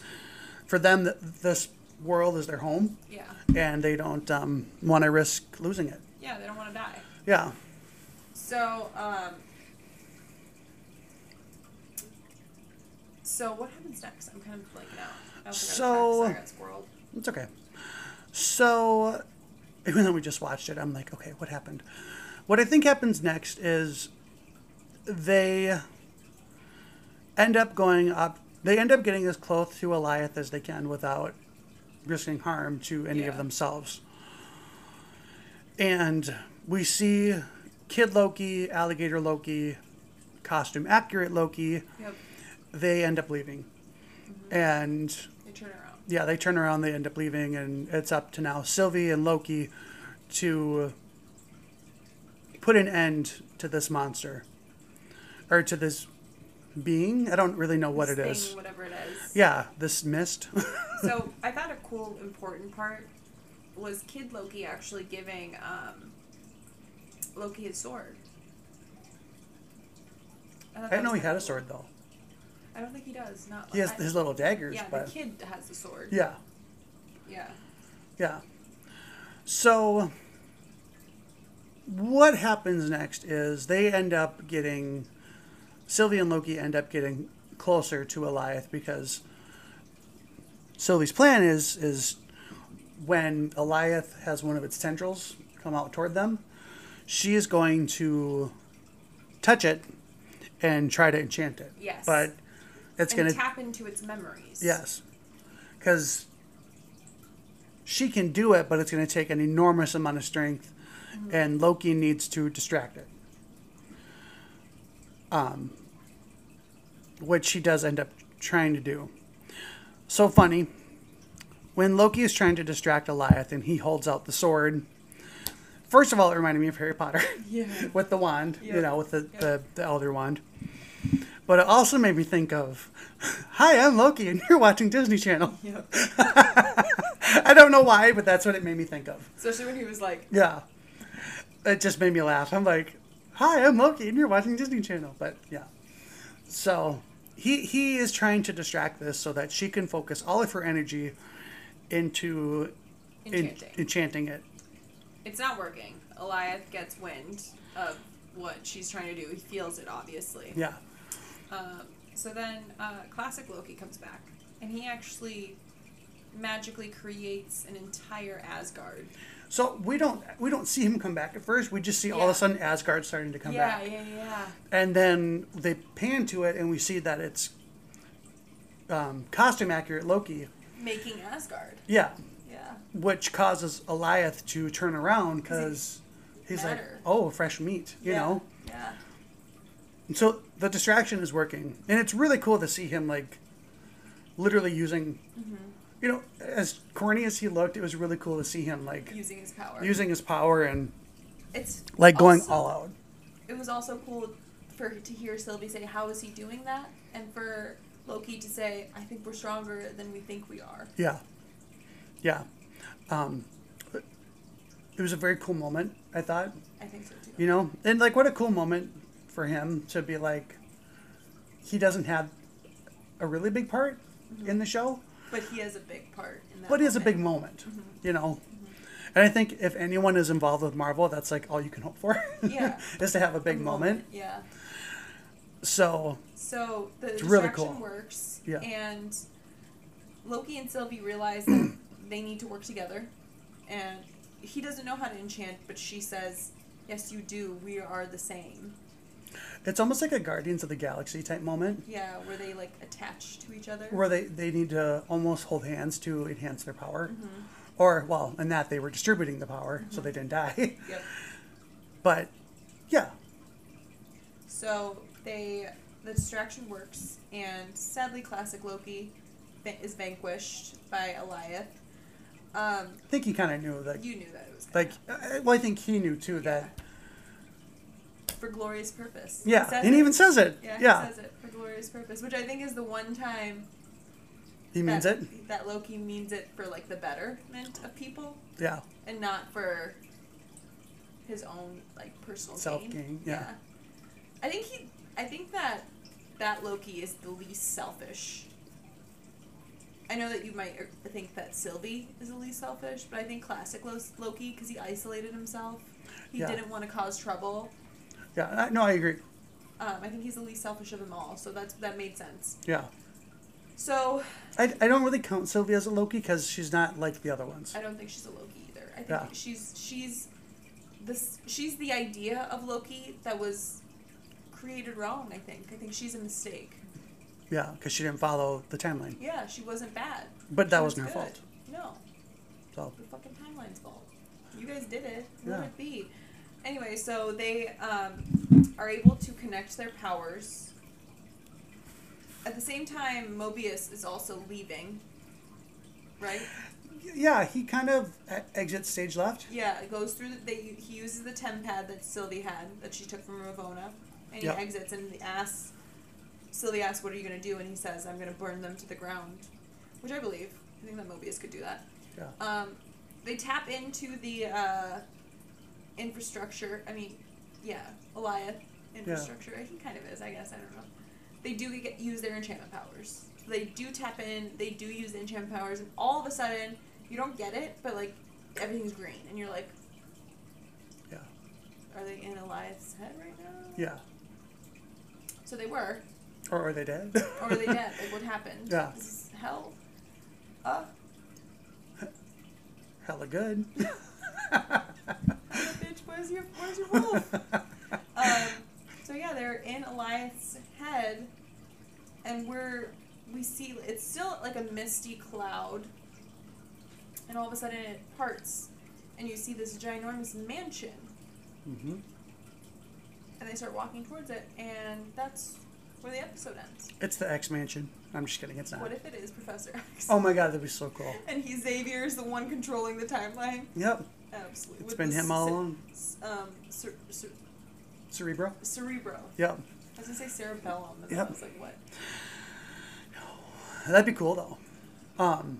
Speaker 1: for them, th- this world is their home
Speaker 2: Yeah,
Speaker 1: and they don't um, want to risk losing it.
Speaker 2: yeah, they don't want to die.
Speaker 1: Yeah.
Speaker 2: So, um, so what happens next? I'm kind of blanking out. I also got
Speaker 1: So-
Speaker 2: attacked, so I got squirreled.
Speaker 1: It's okay. So even though we just watched it, I'm like, okay, what happened? What I think happens next is they end up going up. They end up getting as close to Eliath as they can without risking harm to any of
Speaker 3: Yeah.
Speaker 1: themselves. And we see Kid Loki, Alligator Loki, Costume Accurate Loki.
Speaker 2: Yep.
Speaker 1: They end up leaving. And
Speaker 2: They turn around.
Speaker 1: yeah, they turn around, they end up leaving, and it's up to now Sylvie and Loki to put an end to this monster or to this being. I don't really know what
Speaker 2: This
Speaker 1: it
Speaker 2: thing,
Speaker 1: is.
Speaker 2: Whatever it is.
Speaker 1: Yeah, this mist.
Speaker 2: So I thought a cool, important part was Kid Loki actually giving um, Loki his sword.
Speaker 1: I
Speaker 2: thought that
Speaker 1: didn't know
Speaker 2: was
Speaker 1: he had
Speaker 2: kinda
Speaker 1: a
Speaker 2: cool.
Speaker 1: sword though.
Speaker 2: I don't think he does. Not.
Speaker 1: He has
Speaker 2: I-
Speaker 1: his little daggers,
Speaker 2: Yeah,
Speaker 1: but
Speaker 2: the kid has the sword.
Speaker 1: yeah,
Speaker 2: Yeah.
Speaker 1: yeah. So what happens next is they end up getting Sylvie and Loki end up getting closer to Eliath because Sylvie's plan is is when Eliath has one of its tendrils come out toward them, she is going to touch it and try to enchant it.
Speaker 2: Yes.
Speaker 1: But it's
Speaker 2: and
Speaker 1: going to
Speaker 2: tap into its memories.
Speaker 1: Yes. Because she can do it, but it's going to take an enormous amount of strength, and Loki needs to distract it. Um, which he does end up trying to do. So funny. When Loki is trying to distract Eliath and he holds out the sword, first of all, it reminded me of Harry Potter
Speaker 3: Yeah.
Speaker 1: with the wand, you
Speaker 3: Yeah.
Speaker 1: know, with the,
Speaker 3: Yeah.
Speaker 1: the, the elder wand. But it also made me think of, hi, I'm Loki, and you're watching Disney Channel.
Speaker 3: Yep.
Speaker 1: I don't know why, but that's what it made me think of.
Speaker 3: Especially when he was like,
Speaker 1: Yeah, it just made me laugh. I'm like, hi, I'm Loki, and you're watching Disney Channel. But yeah, so he he is trying to distract this so that she can focus all of her energy into en-
Speaker 2: Enchanting.
Speaker 1: enchanting it.
Speaker 2: It's not working. Eliath gets wind of what she's trying to do. He feels it, obviously.
Speaker 1: Yeah,
Speaker 2: Um, so then, uh, classic Loki comes back, and he actually magically creates an entire Asgard.
Speaker 1: so we don't we don't see him come back at first. We just see all of
Speaker 2: Yeah.
Speaker 1: a sudden Asgard starting to come
Speaker 2: yeah,
Speaker 1: back.
Speaker 2: yeah, yeah.
Speaker 1: and then they pan to it and we see that it's um, costume accurate Loki.
Speaker 2: Making Asgard.
Speaker 1: Yeah,
Speaker 2: Yeah.
Speaker 1: which causes Eliath to turn around because he's
Speaker 2: madder.
Speaker 1: like, "Oh, fresh meat," you
Speaker 2: Yeah,
Speaker 1: know.
Speaker 2: Yeah.
Speaker 1: And so the distraction is working, and it's really cool to see him like literally using.
Speaker 2: Mm-hmm.
Speaker 1: You know, as corny as he looked, it was really cool to see him like
Speaker 2: Using his power.
Speaker 1: using his power and
Speaker 2: it's
Speaker 1: like going
Speaker 2: also-
Speaker 1: all out.
Speaker 2: It was also cool for to hear Sylvie say, "How is he doing that?" and for Loki to say, "I think we're stronger than we think we are."
Speaker 1: Yeah. Yeah. Um, it was a very cool moment, I thought.
Speaker 2: I think so too.
Speaker 1: You know, and like what a cool moment for him to be like, he doesn't have a really big part in the show,
Speaker 2: But he has a big part in that.
Speaker 1: but he has a big
Speaker 2: moment.
Speaker 1: moment, you know. And I think if anyone is involved with Marvel, that's like all you can hope for.
Speaker 2: Yeah.
Speaker 1: is to have a big
Speaker 2: A
Speaker 1: moment.
Speaker 2: Yeah.
Speaker 1: So,
Speaker 2: So the
Speaker 1: It's
Speaker 2: distraction
Speaker 1: really cool.
Speaker 2: works.
Speaker 1: Yeah.
Speaker 2: And Loki and Sylvie realize that they need to work together. And he doesn't know how to enchant, but she says, Yes, you do. We are the same.
Speaker 1: it's almost like a Guardians of the Galaxy type moment
Speaker 2: Yeah, where they like attach to each other.
Speaker 1: where they, they need to almost hold hands to enhance their power.
Speaker 2: Mm-hmm.
Speaker 1: Or, well, in that they were distributing the power so they didn't die.
Speaker 2: Yep.
Speaker 1: but yeah,
Speaker 2: So they the distraction works, and sadly, classic Loki va- is vanquished by Eliath. Um,
Speaker 1: I think he kind of knew that.
Speaker 2: you knew that it was gonna
Speaker 1: Like, uh, well, I think he knew too that
Speaker 2: happen. for glorious purpose. He
Speaker 1: Yeah,
Speaker 2: says
Speaker 1: and
Speaker 2: it.
Speaker 1: he even says it.
Speaker 2: Yeah,
Speaker 1: Yeah,
Speaker 2: he says it for glorious purpose, which I think is the one time
Speaker 1: he means
Speaker 2: that,
Speaker 1: it.
Speaker 2: that Loki means it for like the betterment of people
Speaker 1: Yeah,
Speaker 2: and not for his own like personal
Speaker 1: Self
Speaker 2: gain.
Speaker 1: gain, yeah.
Speaker 2: I think he. I think that that Loki is the least selfish. I know that you might er, think that Sylvie is the least selfish, but I think classic Lo- Loki because he isolated himself. He
Speaker 1: Yeah.
Speaker 2: didn't want to cause trouble.
Speaker 1: yeah. I, no, I agree.
Speaker 2: Um, I think he's the least selfish of them all, so that's that made sense.
Speaker 1: Yeah,
Speaker 2: So
Speaker 1: I, I don't really count Sylvia as a Loki because she's not like the other ones.
Speaker 2: I don't think she's a Loki either.
Speaker 4: I think
Speaker 1: Yeah.
Speaker 4: she's she's this she's the idea of Loki that was created wrong. I think I think she's a mistake.
Speaker 1: Yeah, because she didn't follow the timeline.
Speaker 4: Yeah, she wasn't bad.
Speaker 1: But
Speaker 4: She
Speaker 1: that
Speaker 4: was
Speaker 1: wasn't her
Speaker 4: good.
Speaker 1: fault.
Speaker 4: No,
Speaker 1: So
Speaker 4: the fucking timeline's fault. You guys did it. Let
Speaker 1: Yeah.
Speaker 4: it be.
Speaker 2: Anyway, so they um, are able to connect their powers.
Speaker 4: At the same time, Mobius is also leaving. Right?
Speaker 1: yeah, he kind of e- exits stage left.
Speaker 2: Yeah, it goes through. The, they he uses the temp pad that Sylvie had that she took from Ravona, and he
Speaker 1: Yep.
Speaker 2: exits and he asks. Sylvie asks, "What are you gonna do?" And he says, "I'm gonna burn them to the ground," which I believe. I think that Mobius could do that.
Speaker 1: Yeah.
Speaker 2: Um, they tap into the uh, infrastructure. I mean, yeah, Eliath infrastructure. He kind of is, I guess. I don't know. They do get, use their enchantment powers. They do tap in. They do use the enchantment powers, and all of a sudden, you don't get it, but like everything's green, and you're like,
Speaker 1: Yeah.
Speaker 2: Are they in Eliath's head right now?
Speaker 1: Yeah.
Speaker 2: So they were,
Speaker 1: Or are they dead?
Speaker 2: or are they dead? like what happened?
Speaker 1: Yeah.
Speaker 2: This is hell. Uh,
Speaker 1: Hella good.
Speaker 2: bitch, where's your where's your wolf? um, so yeah, they're in Eliath's head, and we're we see it's still like a misty cloud, and all of a sudden it parts, and you see this ginormous mansion,
Speaker 1: hmm
Speaker 2: and they start walking towards it, and that's where the episode ends.
Speaker 1: It's the X Mansion. I'm just kidding. It's not.
Speaker 2: What if it is Professor X?
Speaker 1: oh my god, that'd be so cool.
Speaker 2: And he's Xavier's the one controlling the timeline.
Speaker 1: Yep.
Speaker 2: Absolutely.
Speaker 1: It's
Speaker 2: With
Speaker 1: been
Speaker 2: the
Speaker 1: him all
Speaker 2: ce-
Speaker 1: along.
Speaker 2: c- Um, cer- cer-
Speaker 1: Cerebro.
Speaker 2: cerebro.
Speaker 1: Yep.
Speaker 2: I was gonna say cerebellum, and then
Speaker 1: Yep.
Speaker 2: I was like, what?
Speaker 1: That'd be cool though. Um,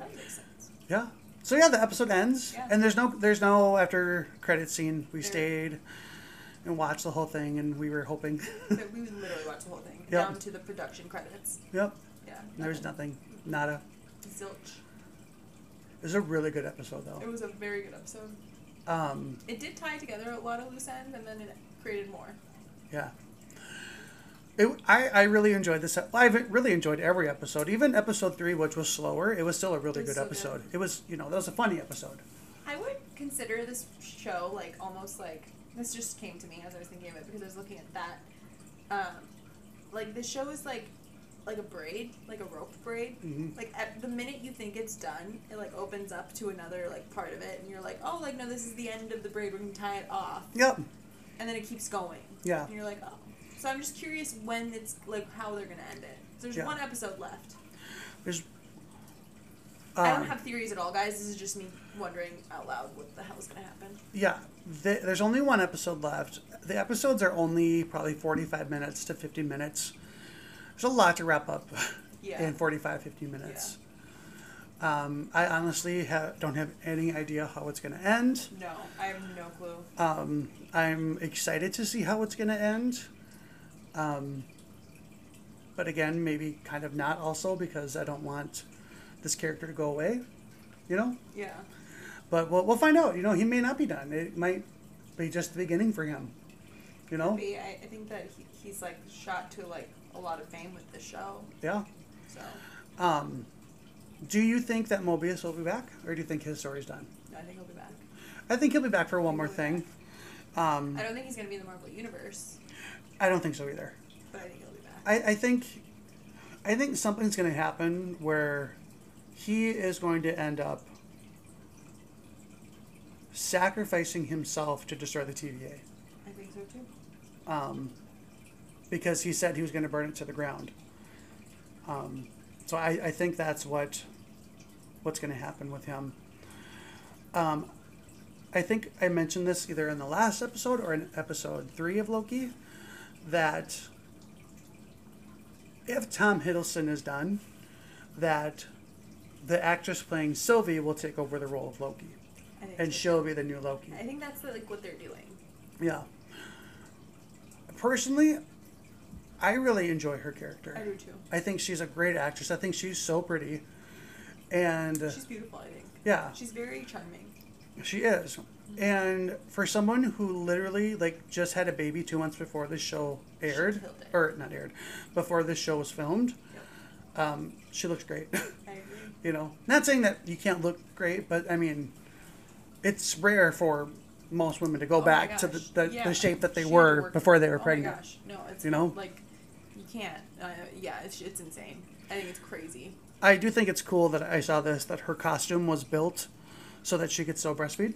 Speaker 2: That makes sense.
Speaker 1: yeah. So yeah, the episode ends,
Speaker 2: Yeah.
Speaker 1: and there's no there's no after credit scene. We
Speaker 2: There-
Speaker 1: stayed and watched the whole thing, and we were hoping.
Speaker 2: But we would literally watch the whole thing
Speaker 1: Yeah.
Speaker 2: down to the production credits.
Speaker 1: yep.
Speaker 2: Yeah.
Speaker 1: There's nothing. Nada.
Speaker 2: Zilch.
Speaker 1: It was a really good episode
Speaker 2: It
Speaker 1: though.
Speaker 2: was a very good episode.
Speaker 1: Um,
Speaker 2: It did tie together a lot of loose ends, and then it created more.
Speaker 1: Yeah. It, I, I really enjoyed this. ep- I've really enjoyed every episode, even episode three, which was slower. It was still a really
Speaker 2: It was
Speaker 1: good
Speaker 2: so good.
Speaker 1: episode. It was, you know, that was a funny episode.
Speaker 2: I would consider this show like almost like this just came to me as I was thinking of it because I was looking at that. Um, like this show is like like a braid, like a rope braid.
Speaker 1: Mhm.
Speaker 2: Like at the minute you think it's done, it like opens up to another like part of it, and you're like, oh, like no, this is the end of the braid. We're gonna tie it off,
Speaker 1: Yep.
Speaker 2: and then it keeps going.
Speaker 1: Yeah.
Speaker 2: And you're like, oh. So I'm just curious when it's like how they're gonna end it. There's
Speaker 1: Yeah.
Speaker 2: one episode left.
Speaker 1: There's.
Speaker 2: I don't
Speaker 1: um,
Speaker 2: have theories at all, guys. This is just me wondering out loud what the hell is gonna happen.
Speaker 1: Yeah, th there's only one episode left. The episodes are only probably 45 minutes to 50 minutes. There's a lot to wrap up
Speaker 2: Yeah.
Speaker 1: in 45, 50 minutes. Um, I honestly ha- don't have any idea how it's going to end.
Speaker 2: No, I have no clue.
Speaker 1: Um, I'm excited to see how it's going to end. Um, but again, maybe kind of not also because I don't want this character to go away, you know?
Speaker 2: Yeah.
Speaker 1: But we'll, we'll find out. You know, he may not be done. It might be just the beginning for him, you know?
Speaker 2: Maybe I, I think that he, he's like shot to like a lot of fame with the show.
Speaker 1: Yeah.
Speaker 2: So
Speaker 1: Um, do you think that Mobius will be back or do you think his story's done?
Speaker 2: no, I think he'll be back.
Speaker 1: I think he'll be back for one more thing. Um,
Speaker 2: I don't think he's gonna be in the Marvel universe,
Speaker 1: I don't think so either.
Speaker 2: but I think he'll be back.
Speaker 1: I, I think I think something's gonna happen where he is going to end up sacrificing himself to destroy the TVA.
Speaker 2: I think so too.
Speaker 1: Um, because he said he was gonna burn it to the ground. Um, so I, I think that's what what's gonna happen with him. Um, I think I mentioned this either in the last episode or in episode three of Loki that if Tom Hiddleston is done, that the actress playing Sylvie will take over the role of Loki,
Speaker 2: I think.
Speaker 1: and
Speaker 2: so.
Speaker 1: she'll be the new Loki.
Speaker 2: I think that's like what they're doing.
Speaker 1: Yeah. Personally, I really enjoy her character.
Speaker 2: I do too.
Speaker 1: I think she's a great actress. I think she's so pretty, and
Speaker 2: She's beautiful. I think
Speaker 1: yeah,
Speaker 2: she's very charming.
Speaker 1: she is. And for someone who literally like just had a baby two months before this show
Speaker 2: She
Speaker 1: aired,
Speaker 2: killed it.
Speaker 1: or not aired, before this show was filmed, um, she looks great.
Speaker 2: I agree.
Speaker 1: you know, not saying that you can't look great, but I mean, it's rare for most women to go
Speaker 2: Oh my
Speaker 1: back to the,
Speaker 2: gosh.
Speaker 1: the,
Speaker 3: Yeah.
Speaker 1: the shape that they
Speaker 3: She had to
Speaker 1: were
Speaker 3: work-
Speaker 1: before they were
Speaker 3: oh
Speaker 1: pregnant.
Speaker 3: My gosh. No, it's
Speaker 1: You know?
Speaker 3: like you can't. Uh, yeah, it's it's insane. I think it's crazy.
Speaker 1: I do think it's cool that I saw this that her costume was built so that she could still breastfeed.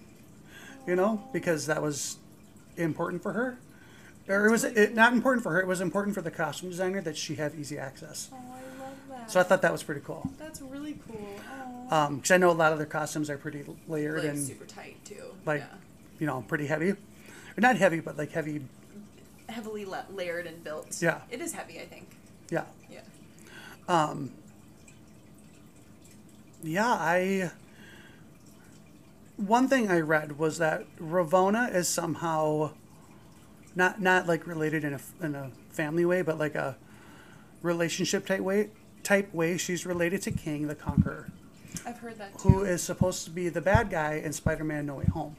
Speaker 1: You know, because that was important for her. Or it was it, not important for her. It was important for the costume designer that she have easy access.
Speaker 3: Oh, I love that.
Speaker 1: So I thought that was pretty cool.
Speaker 3: that's really cool. Oh.
Speaker 1: Because I know a lot of their costumes are pretty layered
Speaker 3: like
Speaker 1: and
Speaker 3: super tight too.
Speaker 1: like
Speaker 3: yeah.
Speaker 1: you know pretty heavy, or not heavy, but like heavy.
Speaker 3: heavily la- layered and built.
Speaker 1: Yeah.
Speaker 3: It is heavy, I think.
Speaker 1: Yeah,
Speaker 3: Yeah.
Speaker 1: um, yeah. I one thing I read was that Ravona is somehow not not like related in a in a family way, but like a relationship type way type way. She's related to King the Conqueror.
Speaker 3: I've heard that too.
Speaker 1: who is supposed to be the bad guy in Spider-Man: No Way Home.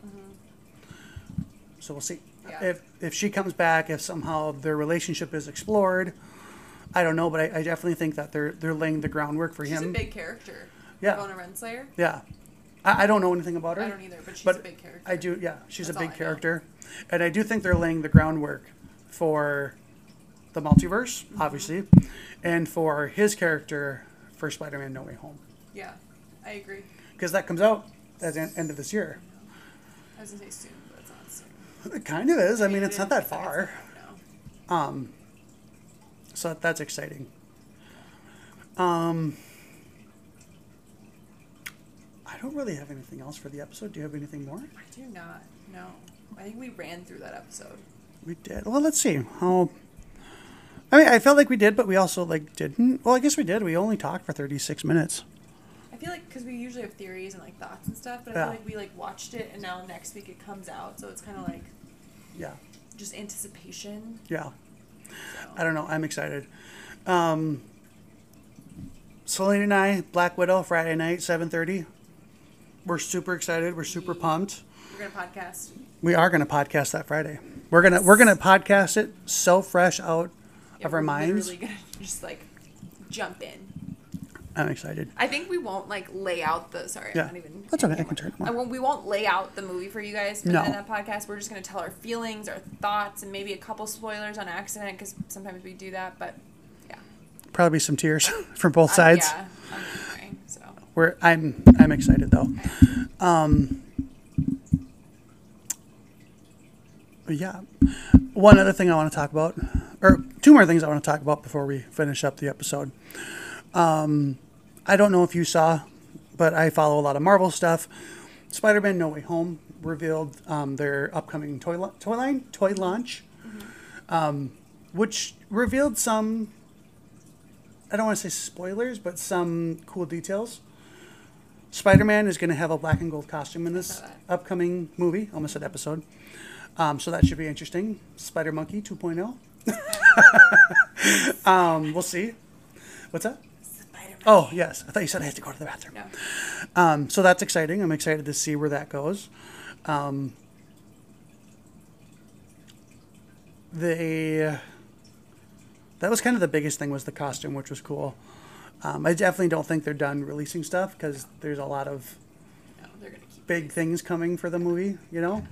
Speaker 1: So we'll see
Speaker 3: Mm-hmm. Yeah.
Speaker 1: if if she comes back. If somehow their relationship is explored, I don't know, but I, I definitely think that they're they're laying the groundwork for
Speaker 3: She's
Speaker 1: him.
Speaker 3: a big character.
Speaker 1: Yeah.
Speaker 3: Bona Renslayer.
Speaker 1: yeah, I, I don't know anything about her.
Speaker 3: I don't either, but she's
Speaker 1: But
Speaker 3: a big character.
Speaker 1: I do. Yeah, she's
Speaker 3: That's
Speaker 1: a
Speaker 3: all
Speaker 1: big
Speaker 3: I know.
Speaker 1: character, and I do think they're laying the groundwork for the multiverse,
Speaker 3: Mm-hmm.
Speaker 1: obviously, and for his character for Spider-Man: No Way Home,
Speaker 3: Yeah, I agree.
Speaker 1: because that comes out at the end of this year.
Speaker 3: I was gonna say soon, but it's not soon.
Speaker 1: It kind of is. I mean, it's
Speaker 3: it
Speaker 1: not
Speaker 3: is,
Speaker 1: that
Speaker 3: but it's
Speaker 1: far.
Speaker 3: not, No.
Speaker 1: Um, so that- that's exciting. Um, I don't really have anything else for the episode. Do you have anything more?
Speaker 3: I do not. No. I think we ran through that episode.
Speaker 1: We did. Well, let's see how. I mean, I felt like we did, but we also like didn't. Well, I guess we did. We only talked for thirty-six minutes.
Speaker 3: I feel like because we usually have theories and like thoughts and stuff, but I
Speaker 1: Yeah.
Speaker 3: feel like we like watched it and now next week it comes out, so it's kind of like
Speaker 1: Yeah,
Speaker 3: just anticipation.
Speaker 1: yeah.
Speaker 3: So.
Speaker 1: I don't know. I'm excited. Um, Selena and I, Black Widow, Friday night, seven thirty. We're super excited. We're super pumped.
Speaker 3: We're gonna podcast.
Speaker 1: We are going to podcast that Friday. We're gonna we're gonna podcast it so fresh out
Speaker 3: Yeah,
Speaker 1: of our
Speaker 3: we're
Speaker 1: minds.
Speaker 3: Literally gonna just like jump in.
Speaker 1: I'm excited.
Speaker 2: I think we won't like lay out the sorry.
Speaker 1: Yeah.
Speaker 2: I'm not even.
Speaker 1: That's okay, I can turn it on.
Speaker 2: I won't, we won't lay out the movie for you guys in
Speaker 1: No.
Speaker 2: that podcast. We're just gonna tell our feelings, our thoughts, and maybe a couple spoilers on accident because sometimes we do that. But yeah,
Speaker 1: Probably some tears from both
Speaker 3: Uh,
Speaker 2: I-
Speaker 1: sides.
Speaker 2: yeah, I'm not crying, so
Speaker 1: We're I'm I'm excited though. Um, yeah. One other thing I want to talk about, or two more things I want to talk about before we finish up the episode. Um, I don't know if you saw, but I follow a lot of Marvel stuff. Spider-Man: No Way Home revealed um, their upcoming toy la- toy line toy launch, um, which revealed some. I don't want to say spoilers, but some cool details. Spider-Man is going to have a black and gold costume in this
Speaker 3: saw that.
Speaker 1: upcoming movie, almost an episode. Um, so that should be interesting. Spider Monkey 2.0. um, we'll see. What's that?
Speaker 3: Spider-Man.
Speaker 1: Oh, yes. I thought you said I had to go to the bathroom.
Speaker 3: No.
Speaker 1: Um, so that's exciting. I'm excited to see where that goes. Um, the that was kind of the biggest thing was the costume, which was cool. Um, I definitely don't think they're done releasing stuff because there's a lot of
Speaker 3: No, they're gonna keep.
Speaker 1: big things coming for the movie, you know?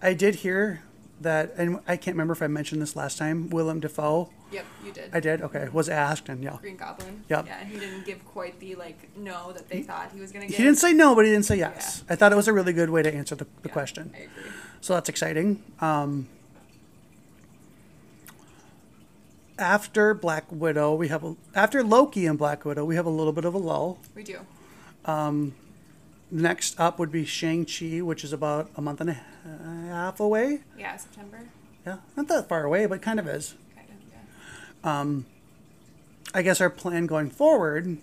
Speaker 1: I did hear that, and I can't remember if I mentioned this last time, Willem Dafoe,
Speaker 3: Yep, you did.
Speaker 1: I did, okay, was asked, and yeah.
Speaker 3: Green Goblin.
Speaker 1: Yep.
Speaker 3: Yeah, he didn't give quite the like no that they thought he was gonna
Speaker 1: He
Speaker 3: give.
Speaker 1: didn't say no, but he didn't say yes. I thought it was a really good way to answer the, the
Speaker 3: Yeah,
Speaker 1: question.
Speaker 3: I agree.
Speaker 1: So that's exciting. Um, after Black Widow, we have, a, after Loki and Black Widow, we have a little bit of a lull.
Speaker 3: We do.
Speaker 1: Next up would be Shang-Chi, which is about a month and a half away.
Speaker 3: Yeah, September.
Speaker 1: Yeah, not that far away, but kind of is.
Speaker 3: Kind of. Yeah.
Speaker 1: um, I guess our plan going forward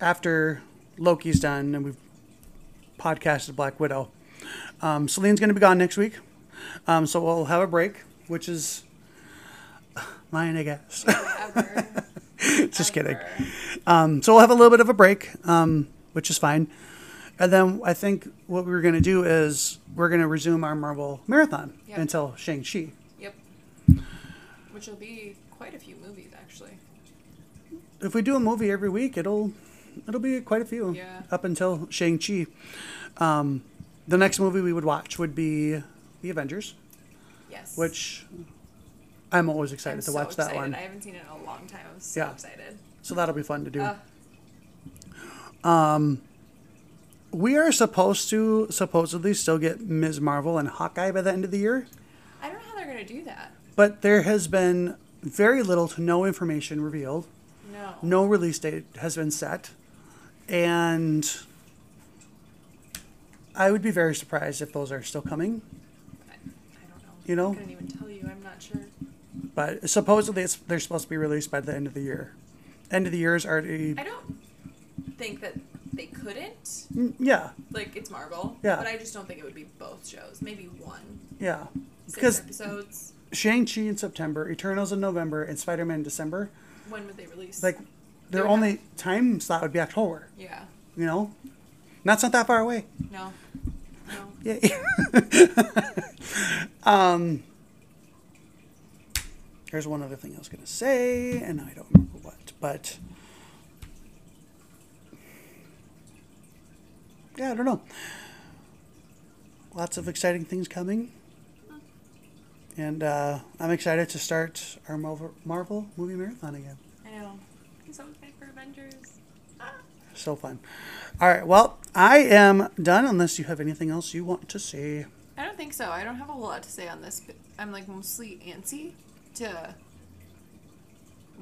Speaker 1: after Loki's done and we've podcasted Black Widow. Um, Celine's going to be gone next week, um, so we'll have a break, which is mine, I guess.
Speaker 3: Ever.
Speaker 1: Just kidding. Um, so we'll have a little bit of a break, um, which is fine. And then I think what we're going to do is we're going to resume our Marvel marathon
Speaker 3: Yep.
Speaker 1: until Shang-Chi.
Speaker 3: Yep. Which will be quite a few movies actually.
Speaker 1: if we do a movie every week, it'll it'll be quite a few
Speaker 3: Yeah.
Speaker 1: up until Shang Chi. Um, the next movie we would watch would be The Avengers,
Speaker 2: Yes.
Speaker 1: which I'm always excited
Speaker 2: I'm
Speaker 1: to
Speaker 2: so
Speaker 1: watch that
Speaker 2: excited.
Speaker 1: one.
Speaker 2: I haven't seen it in a long time. I'm so
Speaker 1: Yeah.
Speaker 2: excited.
Speaker 1: So that'll be fun to do.
Speaker 2: Uh,
Speaker 1: we are supposed to supposedly still get Ms. Marvel and Hawkeye by the end of the year,
Speaker 2: I don't know how they're gonna do that.
Speaker 1: but there has been very little to no information revealed.
Speaker 2: No.
Speaker 1: No release date has been set, and I would be very surprised if those are still coming.
Speaker 2: I, I don't know.
Speaker 1: You know?
Speaker 2: I couldn't even tell you. I'm not sure.
Speaker 1: But supposedly it's, they're supposed to be released by the end of the year. End of the year is already.
Speaker 2: I don't think that they couldn't.
Speaker 1: Mm, Yeah,
Speaker 2: Like it's Marvel.
Speaker 1: Yeah.
Speaker 2: But I just don't think it would be both shows. Maybe one.
Speaker 1: yeah.
Speaker 2: Six
Speaker 1: Because
Speaker 2: episodes.
Speaker 1: Shang-Chi in September, Eternals in November, and Spider-Man in December.
Speaker 2: When would they release?
Speaker 1: Like,
Speaker 2: They
Speaker 1: their
Speaker 2: would
Speaker 1: only time slot would be October.
Speaker 2: Yeah.
Speaker 1: You know, that's not that far away.
Speaker 2: No. No.
Speaker 1: Yeah. um. There's one other thing I was gonna say, and I don't remember what, but yeah, I don't know. Lots of exciting things coming, and uh, I'm excited to start our Marvel, Marvel movie marathon again.
Speaker 2: I know. I'm so excited for Avengers. Ah.
Speaker 1: So fun. All right. Well, I am done unless you have anything else you want to say.
Speaker 2: I don't think so. I don't have a whole lot to say on this. But I'm like mostly antsy to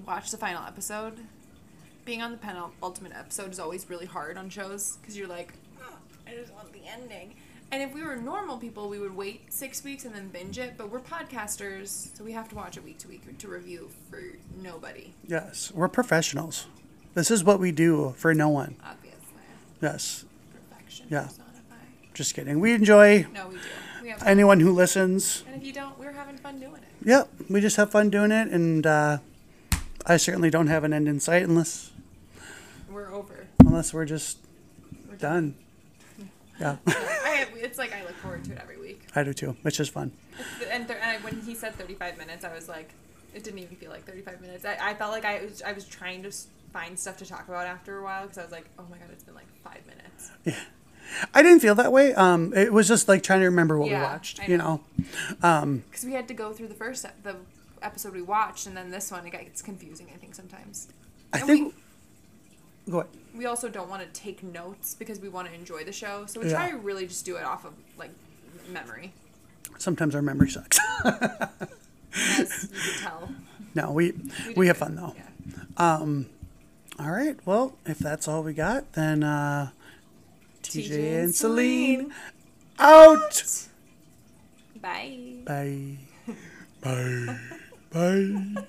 Speaker 2: watch the final episode. Being on the penultimate episode is always really hard on shows because you're like, "Ugh, I just want the ending. And if we were normal people, we would wait six weeks and then binge it. But we're podcasters, so we have to watch it week to week to review for nobody,
Speaker 1: Yes, we're professionals. This is what we do for no one.
Speaker 2: obviously.
Speaker 1: Yes,
Speaker 2: Perfection
Speaker 1: Yeah.
Speaker 2: personified.
Speaker 1: just kidding. We enjoy
Speaker 2: No, we do. We have
Speaker 1: anyone who listens.
Speaker 2: And if you don't, we're having fun doing it.
Speaker 1: Yep, we just have fun doing it, and uh, I certainly don't have an end in sight unless
Speaker 2: We're over.
Speaker 1: unless we're just
Speaker 2: We're
Speaker 1: done. Yeah,
Speaker 2: I, it's like I look forward to it every week.
Speaker 1: I do too, which is fun.
Speaker 2: It's- And, th- and I, when he said 35 minutes, I was like, it didn't even feel like 35 minutes. I, I felt like I was, I was trying to s- find stuff to talk about after a while because I was like, oh my God, it's been like five minutes.
Speaker 1: I didn't feel that way. Um, it was just like trying to remember what
Speaker 2: Yeah,
Speaker 1: we watched.
Speaker 2: I
Speaker 1: You know,
Speaker 2: know. Because we had to go through the first ep- the episode we watched and then this one. It gets confusing, I think, sometimes.
Speaker 1: I
Speaker 2: And
Speaker 1: think. Go ahead.
Speaker 2: we, we also don't want to take notes because we want to enjoy the show. So we
Speaker 1: Yeah.
Speaker 2: try to really just do it off of like m- memory,
Speaker 1: Sometimes our memory sucks.
Speaker 2: as you could tell.
Speaker 1: no, we we,
Speaker 2: did
Speaker 1: have
Speaker 2: good.
Speaker 1: fun though.
Speaker 2: Yeah.
Speaker 1: All right. Well, if that's all we got, then uh, TJ, and, Celine out.
Speaker 2: Bye.
Speaker 1: Bye. Bye. Bye.